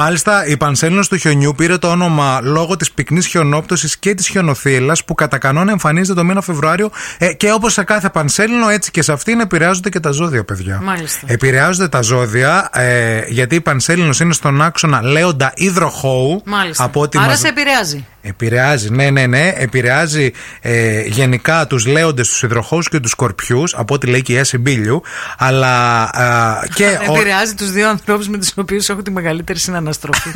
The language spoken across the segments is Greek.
Μάλιστα, η Πανσέλινος του χιονιού πήρε το όνομα λόγω της πυκνής χιονόπτωσης και της χιονοθύελα που κατά κανόνα εμφανίζεται το μήνα Φεβρουάριο. Ε, και όπως σε κάθε Πανσέλινο, έτσι και σε αυτήν επηρεάζονται και τα ζώδια, παιδιά. Μάλιστα. Επηρεάζονται τα ζώδια ε, γιατί η Πανσέλινος είναι στον άξονα λέοντα υδροχώου. Μάλιστα. Από ό,τι Άρα μας- σε επηρεάζει. Επηρεάζει, ναι, ναι, ναι. Επηρεάζει ε, γενικά τους λέοντες, τους υδροχώους και τους σκορπιούς, από ό,τι λέει και η Έση Μπίλιου. Αλλά α, και. Ε, ο- Επηρεάζει τους δύο ανθρώπους με τους οποίους έχω τη μεγαλύτερη συναναστροφή.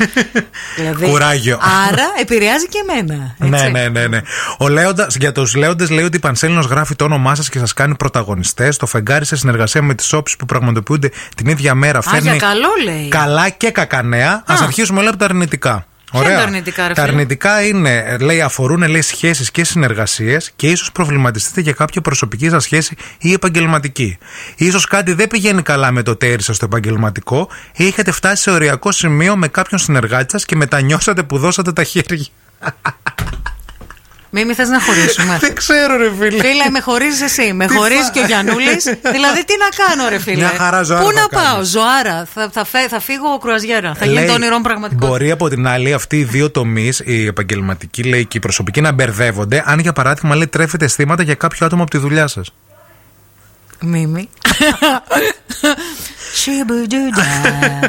δηλαδή, Κουράγιο. Άρα επηρεάζει και εμένα. Έτσι. Ναι, ναι, ναι, ναι. Ο Λέοντας, για τους Λέοντες λέει ότι η Πανσέλινος γράφει το όνομά σας και σας κάνει πρωταγωνιστές. Το φεγγάρι σε συνεργασία με τις όψει που πραγματοποιούνται την ίδια μέρα Α, φέρνει για καλό λέει. καλά και κακά νέα. Ας Ας αρχίσουμε όλα από τα αρνητικά. Ποια είναι τα αρνητικά, ρε τα φίλε? αρνητικά είναι, ε, λέει, αφορούν λέει, σχέσεις και συνεργασίες και ίσως προβληματιστείτε για κάποια προσωπική σας σχέση ή επαγγελματική. Ίσως κάτι δεν πηγαίνει καλά με το τέρι σας στο επαγγελματικό ή έχετε φτάσει σε οριακό σημείο με κάποιον συνεργάτη σας και μετανιώσατε που δώσατε τα χέρια. Μη θες να χωρίσουμε. δεν ξέρω ρε φίλε. Φίλε, με χωρίζεις εσύ. Με Τι φα- χωρίζεις και ο Γιανούλης. δηλαδή, τι να κάνω, ρε φίλε. Μια χαρά ζωάρα Πού θα να κάνω. πάω, Ζωάρα. Θα, θα, φε- θα φύγω κρουαζιέρα. Θα γίνει Λέει, το όνειρό μου πραγματικό. Μπορεί από την άλλη αυτοί οι δύο τομείς, η επαγγελματική λέει και η προσωπική, να μπερδεύονται. Αν για παράδειγμα λέει τρέφετε αισθήματα για κάποιο άτομο από τη δουλειά σας. Μίμη. Σιμπουντούντα,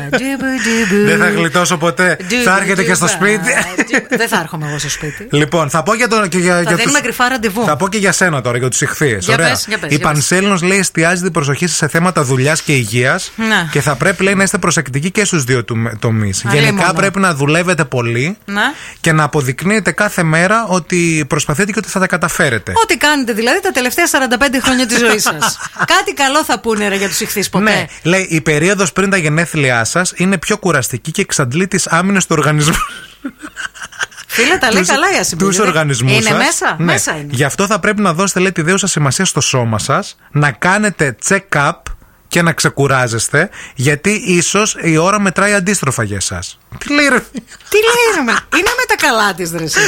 ντουμπουντουμπου. Δεν θα γλιτώσω ποτέ. Θα έρχεται και στο Ντουμπουντουμπα, σπίτι. ντου- ε, Δεν θα έρχομαι εγώ στο σπίτι. Λοιπόν, θα πω για τον. Και για, Θα για δίνουμε τους- κρυφά ραντεβού. Θα πω και για σένα τώρα, για του ηχθείε. Για πες, για πες, Η για πες. Πανσέλινο λέει εστιάζει την προσοχή σας σε θέματα δουλειά και υγεία. Ναι. Και θα πρέπει λέει, να είστε προσεκτικοί και στου δύο τομεί. Αλίμονο. Γενικά πρέπει να δουλεύετε πολύ Ναι. και να αποδεικνύετε κάθε μέρα ότι προσπαθείτε και ότι θα τα καταφέρετε. Ό,τι κάνετε δηλαδή τα τελευταία 45 χρόνια τη ζωή σα. Κάτι καλό θα πούνε ρε, για του ηχθεί ποτέ. Ναι, λέει η περίοδο πριν τα γενέθλιά σα είναι πιο κουραστική και εξαντλεί τι άμυνε του οργανισμού. Φίλε, τα λέει καλά η ασυμπλήρη. Του οργανισμού Είναι μέσα, Ναι. μέσα είναι. Γι' αυτό θα πρέπει να δώσετε λέει, τη δέουσα σημασία στο σώμα σα, να κάνετε check-up και να ξεκουράζεστε, γιατί ίσω η ώρα μετράει αντίστροφα για εσά. Τι λέει ρε. Τι λέει ρε, μα- είναι με τα καλά τη δρεσί.